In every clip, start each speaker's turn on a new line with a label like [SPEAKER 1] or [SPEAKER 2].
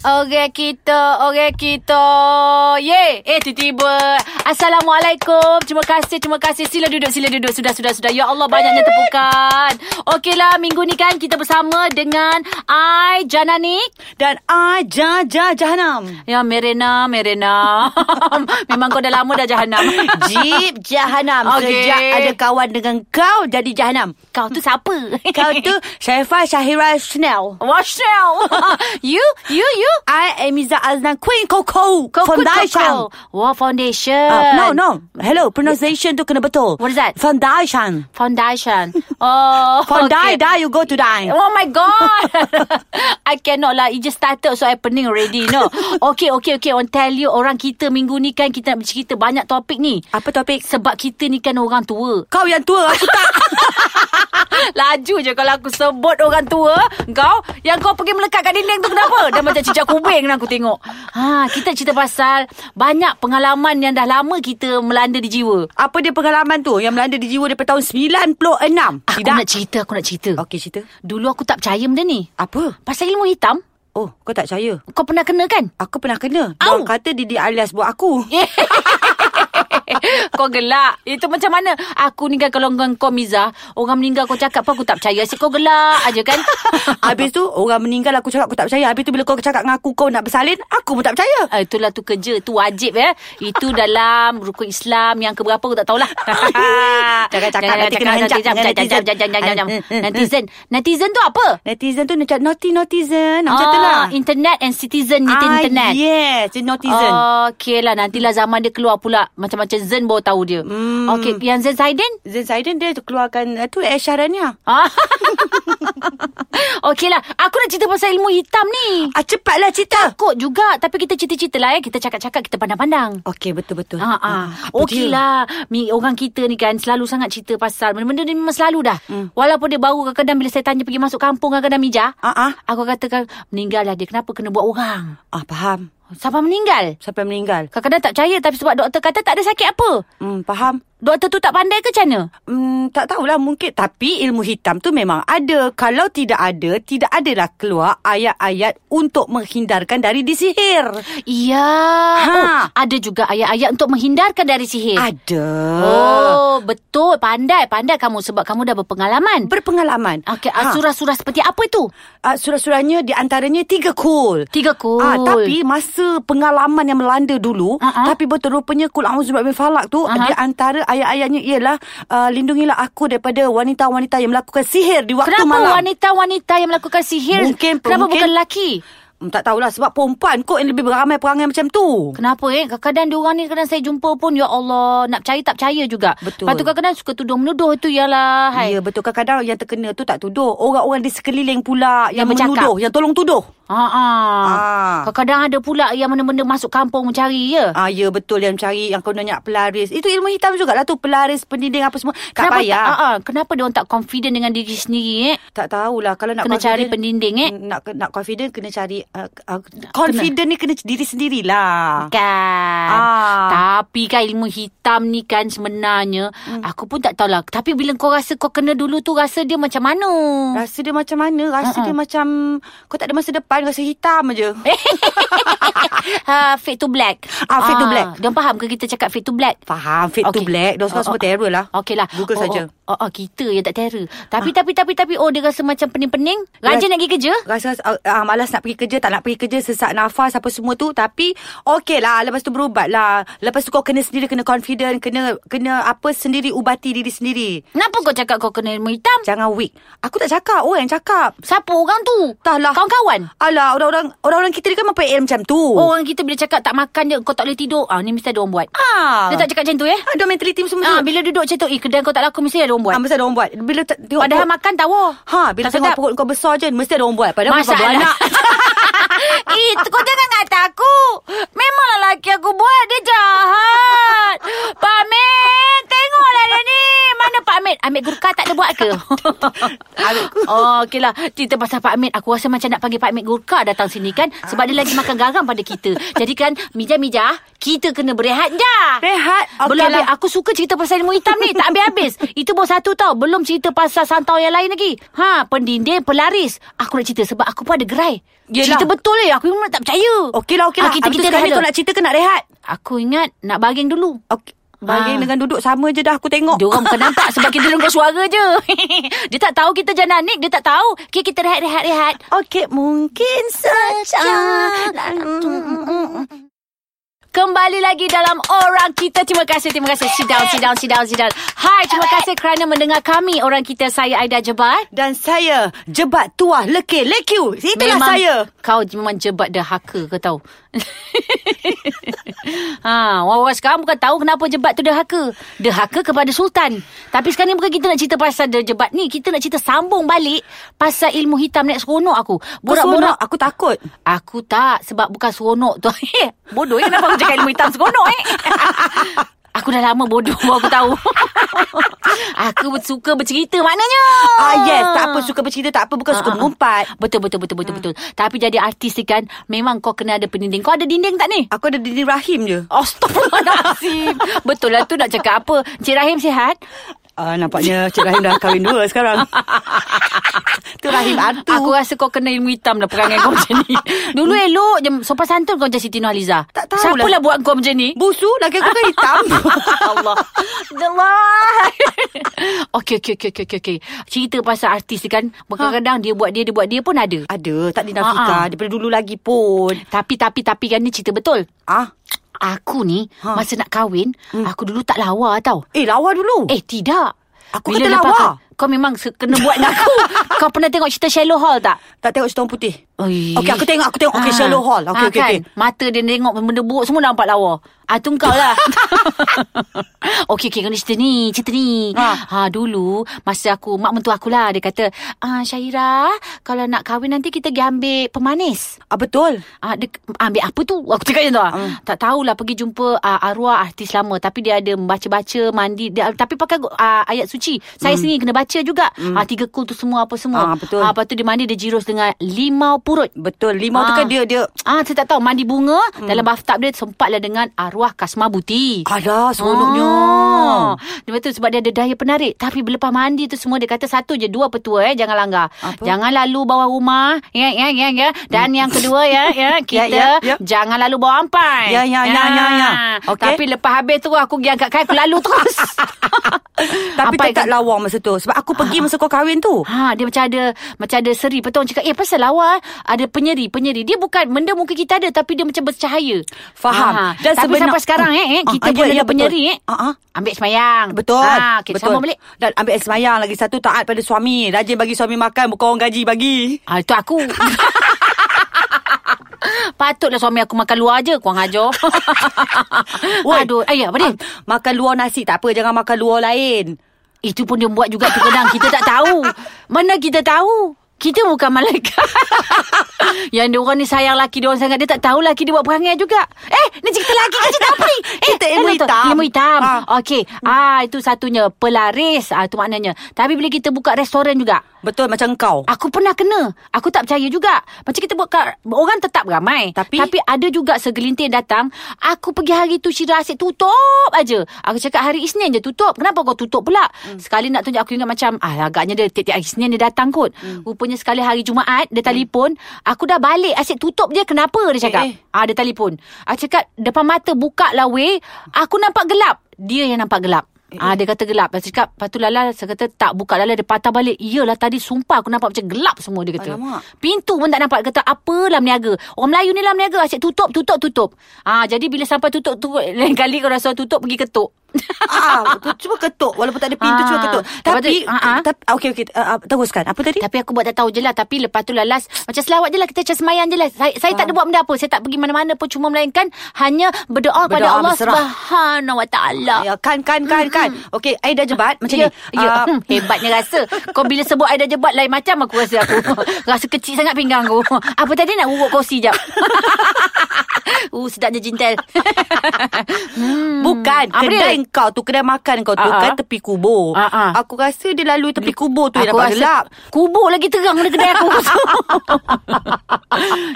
[SPEAKER 1] Orang kita, orang kita. Ye, eh tiba-tiba. Assalamualaikum. Terima kasih, terima kasih. Sila duduk, sila duduk. Sudah, sudah, sudah. Ya Allah, banyaknya tepukan. Okeylah, minggu ni kan kita bersama dengan I Jananik
[SPEAKER 2] Dan I ja ja jahanam.
[SPEAKER 1] Ya, Merena, Merena. Memang kau dah lama dah jahanam.
[SPEAKER 2] Jeep jahanam.
[SPEAKER 1] Okey.
[SPEAKER 2] Sejak ada kawan dengan kau jadi jahanam.
[SPEAKER 1] Kau tu siapa?
[SPEAKER 2] Kau tu Syaifah Syahira Snell.
[SPEAKER 1] Washel. you, you, you.
[SPEAKER 2] I am Iza Aznan Queen Coco from Daishan.
[SPEAKER 1] Wow, foundation.
[SPEAKER 2] Uh, no, no. Hello, pronunciation tu kena betul.
[SPEAKER 1] What is that?
[SPEAKER 2] From Daishan.
[SPEAKER 1] Foundation. Oh,
[SPEAKER 2] From
[SPEAKER 1] okay.
[SPEAKER 2] okay. Dai, you go to Dai.
[SPEAKER 1] Oh my god I cannot lah It just started So happening already No Okay okay okay On tell you Orang kita minggu ni kan Kita nak bercerita Banyak topik ni
[SPEAKER 2] Apa topik?
[SPEAKER 1] Sebab kita ni kan orang tua
[SPEAKER 2] Kau yang tua, aku tak.
[SPEAKER 1] Laju je kalau aku sebut orang tua Kau Yang kau pergi melekat kat dinding tu kenapa? Dah macam cicak kubing lah aku tengok ha, Kita cerita pasal Banyak pengalaman yang dah lama kita melanda di jiwa
[SPEAKER 2] Apa dia pengalaman tu yang melanda di jiwa daripada tahun 96?
[SPEAKER 1] Aku
[SPEAKER 2] Tidak.
[SPEAKER 1] nak cerita Aku nak cerita
[SPEAKER 2] Okey, cerita.
[SPEAKER 1] Dulu aku tak percaya benda ni
[SPEAKER 2] Apa?
[SPEAKER 1] Pasal ilmu hitam
[SPEAKER 2] Oh, kau tak percaya?
[SPEAKER 1] Kau pernah kena kan?
[SPEAKER 2] Aku pernah kena.
[SPEAKER 1] Au.
[SPEAKER 2] Orang kata Didi alias buat aku.
[SPEAKER 1] Kau gelak Itu macam mana Aku ni kan Kalau dengan kau Miza Orang meninggal kau cakap pun Aku tak percaya Asyik kau gelak aja kan
[SPEAKER 2] Habis tu orang meninggal aku cakap aku tak percaya. Habis tu bila kau cakap dengan aku kau nak bersalin, aku pun tak percaya.
[SPEAKER 1] Ah, itulah tu kerja tu wajib ya. Itu dalam rukun Islam yang keberapa aku tak tahulah.
[SPEAKER 2] Jangan cakap, nanti kena
[SPEAKER 1] jangan,
[SPEAKER 2] henjak dengan
[SPEAKER 1] jangan, jangan, jangan, jangan, jangan,
[SPEAKER 2] netizen.
[SPEAKER 1] jangan.
[SPEAKER 2] mm,
[SPEAKER 1] Netizen. Netizen tu apa? Ah,
[SPEAKER 2] Netizen tu nak cakap naughty netizen. Macam tu lah.
[SPEAKER 1] internet and citizen ni
[SPEAKER 2] Ah,
[SPEAKER 1] internet.
[SPEAKER 2] Yes, netizen.
[SPEAKER 1] Okey lah Nantilah zaman dia keluar pula Macam-macam Zen baru tahu dia
[SPEAKER 2] Hmm.
[SPEAKER 1] Okey Yang Zen Zaiden
[SPEAKER 2] Zain Zaiden dia tu keluarkan eh, tu esyarannya.
[SPEAKER 1] ah. Okey lah Aku nak cerita pasal ilmu hitam ni
[SPEAKER 2] Ah, cepatlah cerita.
[SPEAKER 1] Takut juga Tapi kita cerita-cerita lah ya Kita cakap-cakap Kita pandang-pandang
[SPEAKER 2] Okey, betul-betul.
[SPEAKER 1] Ha ah.
[SPEAKER 2] apa
[SPEAKER 1] Okey
[SPEAKER 2] dia?
[SPEAKER 1] lah. Mi, orang kita ni kan selalu sangat cerita pasal benda-benda ni memang selalu dah.
[SPEAKER 2] Hmm.
[SPEAKER 1] Walaupun dia baru kadang-kadang bila saya tanya pergi masuk kampung kadang-kadang Mija,
[SPEAKER 2] Ah, ah.
[SPEAKER 1] aku katakan meninggal lah dia kenapa kena buat orang.
[SPEAKER 2] Ah, faham.
[SPEAKER 1] Siapa meninggal?
[SPEAKER 2] Sampai meninggal.
[SPEAKER 1] Kadang-kadang tak percaya tapi sebab doktor kata tak ada sakit apa.
[SPEAKER 2] Hmm, faham.
[SPEAKER 1] Doktor tu tak pandai ke macam mana?
[SPEAKER 2] Hmm, tak tahulah mungkin Tapi ilmu hitam tu memang ada Kalau tidak ada Tidak adalah keluar ayat-ayat Untuk menghindarkan dari disihir
[SPEAKER 1] Iya.
[SPEAKER 2] Ha.
[SPEAKER 1] Oh, ada juga ayat-ayat untuk menghindarkan dari sihir.
[SPEAKER 2] Ada Ah.
[SPEAKER 1] Oh, betul. Pandai, pandai kamu sebab kamu dah berpengalaman.
[SPEAKER 2] Berpengalaman
[SPEAKER 1] Okey, ha.
[SPEAKER 2] Ha.
[SPEAKER 1] surah-surah seperti apa itu?
[SPEAKER 2] Ah, Surah-surahnya di antaranya tiga kul
[SPEAKER 1] Tiga kul.
[SPEAKER 2] Ah, tapi masa pengalaman yang melanda dulu
[SPEAKER 1] Ah, ah.
[SPEAKER 2] Tapi betul rupanya Kul A'udzubillahi min falak tu
[SPEAKER 1] Ah, ah.
[SPEAKER 2] Di antara ayat-ayatnya ialah uh, Lindungilah aku daripada wanita-wanita yang melakukan sihir Di waktu
[SPEAKER 1] Kenapa
[SPEAKER 2] malam
[SPEAKER 1] wanita-wanita yang melakukan sihir
[SPEAKER 2] Mungkin,
[SPEAKER 1] Kenapa
[SPEAKER 2] mungkin.
[SPEAKER 1] bukan lelaki?
[SPEAKER 2] Hmm, Tak tahulah sebab perempuan kot yang lebih beramai perangai macam tu
[SPEAKER 1] Kenapa eh? Kadang-kadang diorang ni kadang saya jumpa pun Ya Allah Nak percaya tak percaya juga
[SPEAKER 2] Betul.
[SPEAKER 1] Lepas tu kadang-kadang suka tuduh-menuduh tu Yalah hai.
[SPEAKER 2] Ya betul kadang-kadang yang terkena tu tak tuduh Orang-orang di sekeliling pula Yang,
[SPEAKER 1] Yang bercakap.
[SPEAKER 2] menuduh Yang tolong tuduh
[SPEAKER 1] Ha ah.
[SPEAKER 2] Ah.
[SPEAKER 1] Kadang-kadang ada pula yang mana-mana masuk kampung mencari ya.
[SPEAKER 2] Ah, ya betul yang cari Yang kena nyak pelaris Itu ilmu hitam jugalah tu Pelaris, pendinding apa semua Tak
[SPEAKER 1] Kenapa
[SPEAKER 2] payah
[SPEAKER 1] Tak, ah, ah. kenapa diorang tak confident dengan diri sendiri eh?
[SPEAKER 2] Tak tahulah kalau nak
[SPEAKER 1] Kena cari
[SPEAKER 2] confident- Mm,
[SPEAKER 1] pendinding eh?
[SPEAKER 2] nak nak confident kena cari uh, uh, confident ni kena diri sendirilah.
[SPEAKER 1] Kan
[SPEAKER 2] Ah.
[SPEAKER 1] Tapi kan ilmu hitam ni kan sebenarnya hmm. Aku pun tak tahulah Tapi bila kau rasa kau kena dulu tu Rasa dia macam mana
[SPEAKER 2] Rasa dia macam mana? Rasa uh-uh. dia macam kau tak ada masa depan, rasa hitam aje.
[SPEAKER 1] Eh? ha, Fade to black
[SPEAKER 2] Ah, fade to black.
[SPEAKER 1] Diorang faham ke kita cakap fade to black
[SPEAKER 2] Faham fit okay. to
[SPEAKER 1] Okey.
[SPEAKER 2] black. Dah sekarang
[SPEAKER 1] Oh,
[SPEAKER 2] semua terror lah.
[SPEAKER 1] Okey lah
[SPEAKER 2] Google
[SPEAKER 1] oh,
[SPEAKER 2] saja. Ah.
[SPEAKER 1] oh, oh, oh, Kita yang tak terror Tapi tapi tapi tapi Oh dia rasa macam pening-pening Rajin
[SPEAKER 2] Ras-
[SPEAKER 1] nak pergi kerja
[SPEAKER 2] Rasa uh, uh, malas nak pergi kerja, tak nak pergi kerja, sesak nafas apa semua tu. Tapi okey lah, lepas tu berubat lah. Lepas tu kau kena sendiri, kena confident, kena kena apa sendiri, ubati diri sendiri.
[SPEAKER 1] Kenapa kau cakap kau kena ilmu hitam
[SPEAKER 2] Jangan weak. Aku tak cakap, orang yang cakap.
[SPEAKER 1] Siapa orang tu
[SPEAKER 2] Entahlah.
[SPEAKER 1] Kawan-kawan
[SPEAKER 2] Alah, orang-orang orang-orang kita ni kan mempunyai macam tu.
[SPEAKER 1] Orang kita bila cakap tak makan je Kau tak boleh tidur ah, Ni mesti ada orang buat
[SPEAKER 2] Ah.
[SPEAKER 1] Dia tak cakap macam tu eh
[SPEAKER 2] Ah, ada mentaliti semua
[SPEAKER 1] ah,
[SPEAKER 2] tu.
[SPEAKER 1] Bila duduk macam tu Eh kedai kau tak laku Mesti ada orang buat
[SPEAKER 2] Ah, mesti ada orang buat. Bila tak, tengok
[SPEAKER 1] Padahal
[SPEAKER 2] perut-
[SPEAKER 1] makan tawa
[SPEAKER 2] Ha, bila
[SPEAKER 1] tak
[SPEAKER 2] tengok
[SPEAKER 1] sedap.
[SPEAKER 2] perut kau besar je, mesti ada orang buat. Padahal kau
[SPEAKER 1] Masalah.
[SPEAKER 2] beranak.
[SPEAKER 1] Eh, tu kau jangan kata aku. Memanglah laki aku buat dia jahat. Pak Min, tengoklah dia ni. Mana Pak Min? Ah, Amir Gurka tak ada buat ke? oh, okeylah. Cerita pasal Pak Amir, aku rasa macam nak panggil Pak Amir Gurka datang sini kan. Sebab dia lagi makan garam pada kita. Jadi kan, Mijah-Mijah, kita kena berehat dah.
[SPEAKER 2] Rehat. lah.
[SPEAKER 1] Okay Belum habis. Aku suka cerita pasal ilmu hitam ni. Tak habis-habis. Itu baru satu tau. Belum cerita pasal santau yang lain lagi. Ha, pendinding, pelaris. Aku nak cerita sebab aku pun ada gerai.
[SPEAKER 2] Yelah.
[SPEAKER 1] Cerita betul eh. Aku memang tak percaya.
[SPEAKER 2] Okeylah, okeylah.
[SPEAKER 1] Ah, kita,
[SPEAKER 2] lah, Habis tu
[SPEAKER 1] kita
[SPEAKER 2] sekarang ni
[SPEAKER 1] rehat
[SPEAKER 2] kau
[SPEAKER 1] dulu.
[SPEAKER 2] nak cerita ke nak rehat?
[SPEAKER 1] Aku ingat nak barging dulu.
[SPEAKER 2] Okey. Baring
[SPEAKER 1] Ah.
[SPEAKER 2] dengan duduk sama je dah aku tengok.
[SPEAKER 1] Dia orang bukan nampak sebab kita dengar suara je. dia tak tahu kita jananik, dia tak tahu. Okay, kita rehat-rehat-rehat.
[SPEAKER 2] Okey, mungkin saja.
[SPEAKER 1] Ha. Kembali lagi dalam Orang Kita. Terima kasih, terima kasih. Sit down, sit down, sit down, sit down. Hai, terima kasih kerana mendengar kami. Orang Kita, saya Aida Jebat.
[SPEAKER 2] Dan saya jebat tuah lekir lekiu. Itulah
[SPEAKER 1] memang
[SPEAKER 2] saya.
[SPEAKER 1] Kau memang jebat dahaka ke tahu. ha, orang-orang sekarang bukan tahu kenapa jebat tu dahaka. Dahaka kepada sultan. Tapi sekarang ni bukan kita nak cerita pasal dia jebat ni, kita nak cerita sambung balik pasal ilmu hitam ni seronok aku.
[SPEAKER 2] Borak-borak
[SPEAKER 1] Borak-borak
[SPEAKER 2] aku takut.
[SPEAKER 1] Aku tak sebab bukan seronok tu. Eh, bodoh eh kenapa aku cakap ilmu hitam seronok eh? aku dah lama bodoh baru aku tahu. aku suka bercerita maknanya.
[SPEAKER 2] Ah yes, tak apa suka bercerita tak apa bukan
[SPEAKER 1] Ah, ah,
[SPEAKER 2] suka
[SPEAKER 1] ah.
[SPEAKER 2] mengumpat.
[SPEAKER 1] Betul betul betul
[SPEAKER 2] Hmm.
[SPEAKER 1] betul betul. Tapi jadi artis ni kan memang kau kena ada pendinding. Kau ada dinding tak ni?
[SPEAKER 2] Aku ada dinding rahim je.
[SPEAKER 1] Astaghfirullahalazim. betul lah tu nak cakap apa? Cik Rahim sihat?
[SPEAKER 2] Ah nampaknya Cik Rahim dah kahwin dua sekarang. tu rahim artu.
[SPEAKER 1] Aku rasa kau kena ilmu hitam lah perangai kau macam ni. Dulu elok je sopan santun kau macam Siti Nurhaliza.
[SPEAKER 2] Tak lah. tahulah.
[SPEAKER 1] Siapalah buat kau macam ni?
[SPEAKER 2] Busu laki aku kan hitam.
[SPEAKER 1] Allah. Allah. okey, okey, okey, okey, okey, okey. Cerita pasal artis ni kan,
[SPEAKER 2] Ha.
[SPEAKER 1] kadang-kadang dia buat dia, dia buat dia pun ada.
[SPEAKER 2] ada, tak dinafikan
[SPEAKER 1] Ah, ah.
[SPEAKER 2] daripada dulu lagi pun.
[SPEAKER 1] Tapi, tapi, tapi kan ni cerita betul.
[SPEAKER 2] Ah,
[SPEAKER 1] Aku ni,
[SPEAKER 2] Ha. Hmm.
[SPEAKER 1] masa nak kahwin, aku dulu tak lawa tau.
[SPEAKER 2] eh lawa dulu.
[SPEAKER 1] Eh, tidak.
[SPEAKER 2] Aku kata lawa.
[SPEAKER 1] kau, kau memang se- kena buat dengan aku. kau pernah tengok cerita Shallow Hall tak?
[SPEAKER 2] Tak tengok cerita orang putih.
[SPEAKER 1] Oi.
[SPEAKER 2] Okey, aku tengok, aku tengok. Okey,
[SPEAKER 1] Ah.
[SPEAKER 2] Shallow Hall. Okey,
[SPEAKER 1] Ah,
[SPEAKER 2] okey,
[SPEAKER 1] kan?
[SPEAKER 2] okey.
[SPEAKER 1] Mata dia tengok benda buruk semua nampak lawa. Ah, tu kau lah. okey, okey. Kena cerita ni, cerita ni. Ha.
[SPEAKER 2] Ah.
[SPEAKER 1] dulu, masa aku, mak mentua aku lah. Dia kata, ah, Syairah, kalau nak kahwin nanti kita pergi ambil pemanis.
[SPEAKER 2] Ah betul.
[SPEAKER 1] Ah, dia, ambil apa tu? Aku cakap macam tu lah.
[SPEAKER 2] Hmm.
[SPEAKER 1] Tak tahulah pergi jumpa ah, arwah artis lama. Tapi dia ada membaca-baca, mandi. Dia, tapi pakai ah, ayat suci. Saya sendiri kena baca juga. Ah, tiga kul tu semua apa semua.
[SPEAKER 2] Hmm. Ah, betul.
[SPEAKER 1] Ah, lepas tu dia mandi, dia jirus dengan limau purut.
[SPEAKER 2] Betul. Limau
[SPEAKER 1] Ah.
[SPEAKER 2] tu kan dia dia
[SPEAKER 1] Ah, saya tak tahu mandi bunga hmm. dalam bathtub dia sempatlah dengan arwah Kasma Buti.
[SPEAKER 2] ada seronoknya.
[SPEAKER 1] Ah. Lepas tu sebab dia ada daya penarik. Tapi lepas mandi tu semua dia kata satu je dua petua eh jangan langgar.
[SPEAKER 2] Apa?
[SPEAKER 1] Jangan lalu bawah rumah. Ya ya ya ya. Dan yang kedua ya ya kita
[SPEAKER 2] ya, ya.
[SPEAKER 1] jangan lalu bawah ampai. Ah.
[SPEAKER 2] Ya, ya, ya, ya, ya. Okey.
[SPEAKER 1] Tapi lepas habis tu aku pergi angkat kain aku lalu terus.
[SPEAKER 2] Tapi
[SPEAKER 1] Apa
[SPEAKER 2] tetap lah. lawang masa tu. Sebab aku
[SPEAKER 1] Ah,
[SPEAKER 2] pergi masa kau kahwin tu.
[SPEAKER 1] Ha, dia macam ada macam ada seri. Lepas tu orang cakap, "Eh, pasal lawa ada penyeri, penyeri." Dia bukan benda muka kita ada tapi dia macam bercahaya.
[SPEAKER 2] Faham.
[SPEAKER 1] Ha, Dan tapi
[SPEAKER 2] sebenar-
[SPEAKER 1] sampai sekarang eh, eh
[SPEAKER 2] Ah,
[SPEAKER 1] kita
[SPEAKER 2] ah,
[SPEAKER 1] pun
[SPEAKER 2] ya,
[SPEAKER 1] ada
[SPEAKER 2] ya, betul.
[SPEAKER 1] penyeri eh.
[SPEAKER 2] Ah, ah.
[SPEAKER 1] Ambil semayang.
[SPEAKER 2] Betul.
[SPEAKER 1] Ha, kita
[SPEAKER 2] betul.
[SPEAKER 1] sama balik.
[SPEAKER 2] Dan ambil air semayang lagi satu taat pada suami. Rajin bagi suami makan bukan orang gaji bagi.
[SPEAKER 1] Ha, itu aku. Patutlah suami aku makan luar je Kurang ajar
[SPEAKER 2] Woi.
[SPEAKER 1] Aduh Ayah apa dia
[SPEAKER 2] Ah, makan luar nasi tak apa jangan makan luar lain.
[SPEAKER 1] Itu pun dia buat juga tu kadang Kita tak tahu Mana kita tahu Kita bukan malaikat Yang diorang ni sayang laki diorang sangat Dia tak tahu laki dia buat perangai juga Eh ni cerita laki ke cerita apa ni eh,
[SPEAKER 2] Cerita ilmu
[SPEAKER 1] eh, betul.
[SPEAKER 2] hitam.
[SPEAKER 1] Ilmu hitam
[SPEAKER 2] Ha.
[SPEAKER 1] Okey ah, Itu satunya Pelaris ah, Itu maknanya Tapi bila kita buka restoran juga
[SPEAKER 2] Betul macam kau.
[SPEAKER 1] Aku pernah kena. Aku tak percaya juga. Macam kita buat kat, orang tetap ramai.
[SPEAKER 2] Tapi?
[SPEAKER 1] Tapi ada juga segelintir datang. Aku pergi hari tu Syirah asyik tutup aja. Aku cakap hari Isnin je tutup. Kenapa kau tutup pula? Hmm. Sekali nak tunjuk aku ingat macam ah agaknya dia tiap-tiap hari Isnin dia datang kot. Hmm. Rupanya sekali hari Jumaat dia telefon, aku dah balik asyik tutup dia kenapa dia cakap.
[SPEAKER 2] Eh, eh.
[SPEAKER 1] Ah dia telefon. Aku cakap depan mata buka lah weh. Aku nampak gelap. Dia yang nampak gelap. Ah dia kata gelap. Saya cakap, lepas tu Lala saya kata tak buka Lala dia patah balik. Iyalah tadi sumpah aku nampak macam gelap semua dia kata.
[SPEAKER 2] Alamak.
[SPEAKER 1] Pintu pun tak nampak Dia kata apalah meniaga. Orang Melayu ni lah meniaga asyik tutup tutup tutup. Ah jadi bila sampai tutup tu lain kali kau rasa tutup pergi ketuk.
[SPEAKER 2] ah, tu cuma ketuk walaupun tak ada pintu
[SPEAKER 1] Ah.
[SPEAKER 2] cuma ketuk.
[SPEAKER 1] Lepas tu,
[SPEAKER 2] Tapi
[SPEAKER 1] ah, ah.
[SPEAKER 2] tapi okey okey uh, uh, teruskan. Apa tadi?
[SPEAKER 1] Tapi aku buat tak tahu je lah Tapi lepas tu lalas Macam selawat je lah Kita macam semayang je lah Saya, saya tak ada buat benda apa Saya tak pergi mana-mana pun Cuma melainkan Hanya berdoa, pada
[SPEAKER 2] Berdoa,
[SPEAKER 1] Allah
[SPEAKER 2] berserah.
[SPEAKER 1] Subhanahu wa ta'ala
[SPEAKER 2] Ya kan kan kan kan. Okey, air dah jebat macam
[SPEAKER 1] ya,
[SPEAKER 2] ni.
[SPEAKER 1] Ya,
[SPEAKER 2] Ah,
[SPEAKER 1] hmm, hebatnya rasa. Kau bila sebut Aida jebat lain macam aku rasa aku. rasa kecil sangat pinggang aku. Apa tadi nak urut kursi jap. uh, sedapnya jintel.
[SPEAKER 2] Bukan
[SPEAKER 1] Apa dia?
[SPEAKER 2] kedai Macam kau tu kedai makan kau tu
[SPEAKER 1] Ah,
[SPEAKER 2] uh-huh. kan
[SPEAKER 1] ah.
[SPEAKER 2] tepi kubur.
[SPEAKER 1] Ah, ah.
[SPEAKER 2] Aku rasa dia lalu tepi kubur tu dia dapat gelap.
[SPEAKER 1] kubur lagi terang dari kedai aku.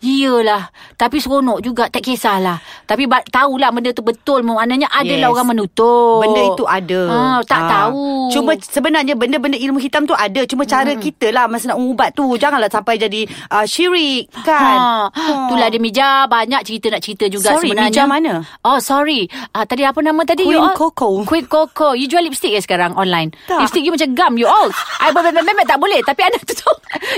[SPEAKER 1] Yelah. Tapi seronok juga. Tak kisahlah. Tapi ba- tahulah benda tu betul. Maknanya adalah
[SPEAKER 2] Yes.
[SPEAKER 1] orang menutup.
[SPEAKER 2] Benda itu ada.
[SPEAKER 1] Ah, tak
[SPEAKER 2] Ah.
[SPEAKER 1] tahu.
[SPEAKER 2] Cuma sebenarnya benda-benda ilmu hitam tu ada. Cuma cara kita lah masa nak ubat tu. Janganlah sampai jadi uh, syirik kan.
[SPEAKER 1] Ha, itulah dia Mija banyak cerita nak cerita juga
[SPEAKER 2] Sorry,
[SPEAKER 1] sebenarnya.
[SPEAKER 2] Mija mana?
[SPEAKER 1] Oh, sorry. Ah, tadi apa nama tadi
[SPEAKER 2] Queen
[SPEAKER 1] you all?
[SPEAKER 2] Coco.
[SPEAKER 1] Queen Coco. You jual lipstick ke sekarang online?
[SPEAKER 2] Tak.
[SPEAKER 1] Lipstick you macam gum you all. I bebek-bebek tak boleh tapi ada tu. tu.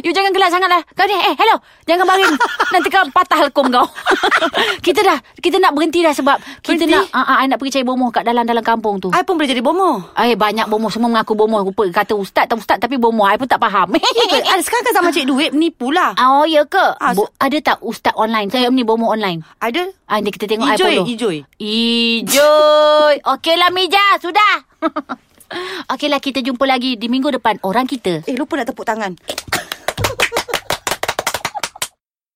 [SPEAKER 1] you jangan gelak sangat lah. Kau ni, eh hello. Jangan baring. Nanti kau patah lekum kau. kita dah, kita nak berhenti dah sebab kita
[SPEAKER 2] Berhenti? Ah.
[SPEAKER 1] nak, ah, ah, I nak pergi cari bomoh kat dalam-dalam kampung tu.
[SPEAKER 2] I pun boleh jadi bomoh.
[SPEAKER 1] Eh banyak bomoh semua mengaku bomoh rupa kata ustaz tak ustaz tapi bomoh I pun tak faham.
[SPEAKER 2] Ah, Sekarang kan zaman cik duit menipu lah.
[SPEAKER 1] Oh, ya ke?
[SPEAKER 2] Ah,
[SPEAKER 1] Bo- ada tak ustaz online? Saya ni bomo online.
[SPEAKER 2] Ada?
[SPEAKER 1] Ah, nanti kita tengok I
[SPEAKER 2] Ijoy,
[SPEAKER 1] follow.
[SPEAKER 2] Ijoy.
[SPEAKER 1] Ijoy. Okeylah Mija, sudah. Okeylah kita jumpa lagi di minggu depan orang kita.
[SPEAKER 2] Eh lupa nak tepuk tangan.